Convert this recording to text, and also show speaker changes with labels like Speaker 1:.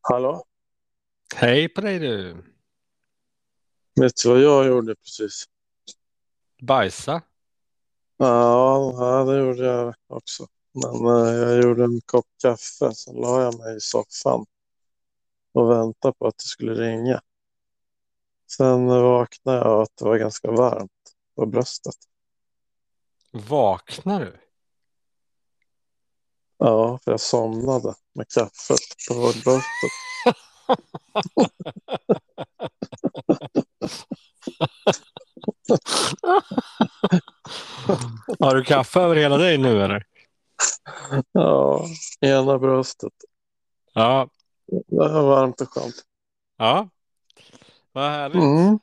Speaker 1: Hallå?
Speaker 2: Hej på dig du!
Speaker 1: Vet du vad jag gjorde precis?
Speaker 2: Bajsa?
Speaker 1: Ja, ja, det gjorde jag också. Men eh, jag gjorde en kopp kaffe, sen la jag mig i soffan och väntade på att det skulle ringa. Sen vaknade jag och att det var ganska varmt på bröstet.
Speaker 2: Vaknar du?
Speaker 1: Ja, för jag somnade med kaffet på bröstet.
Speaker 2: Har du kaffe över hela dig nu eller?
Speaker 1: Ja, ena bröstet.
Speaker 2: Ja.
Speaker 1: Det var varmt och skönt.
Speaker 2: Ja. Vad härligt.
Speaker 1: Mm.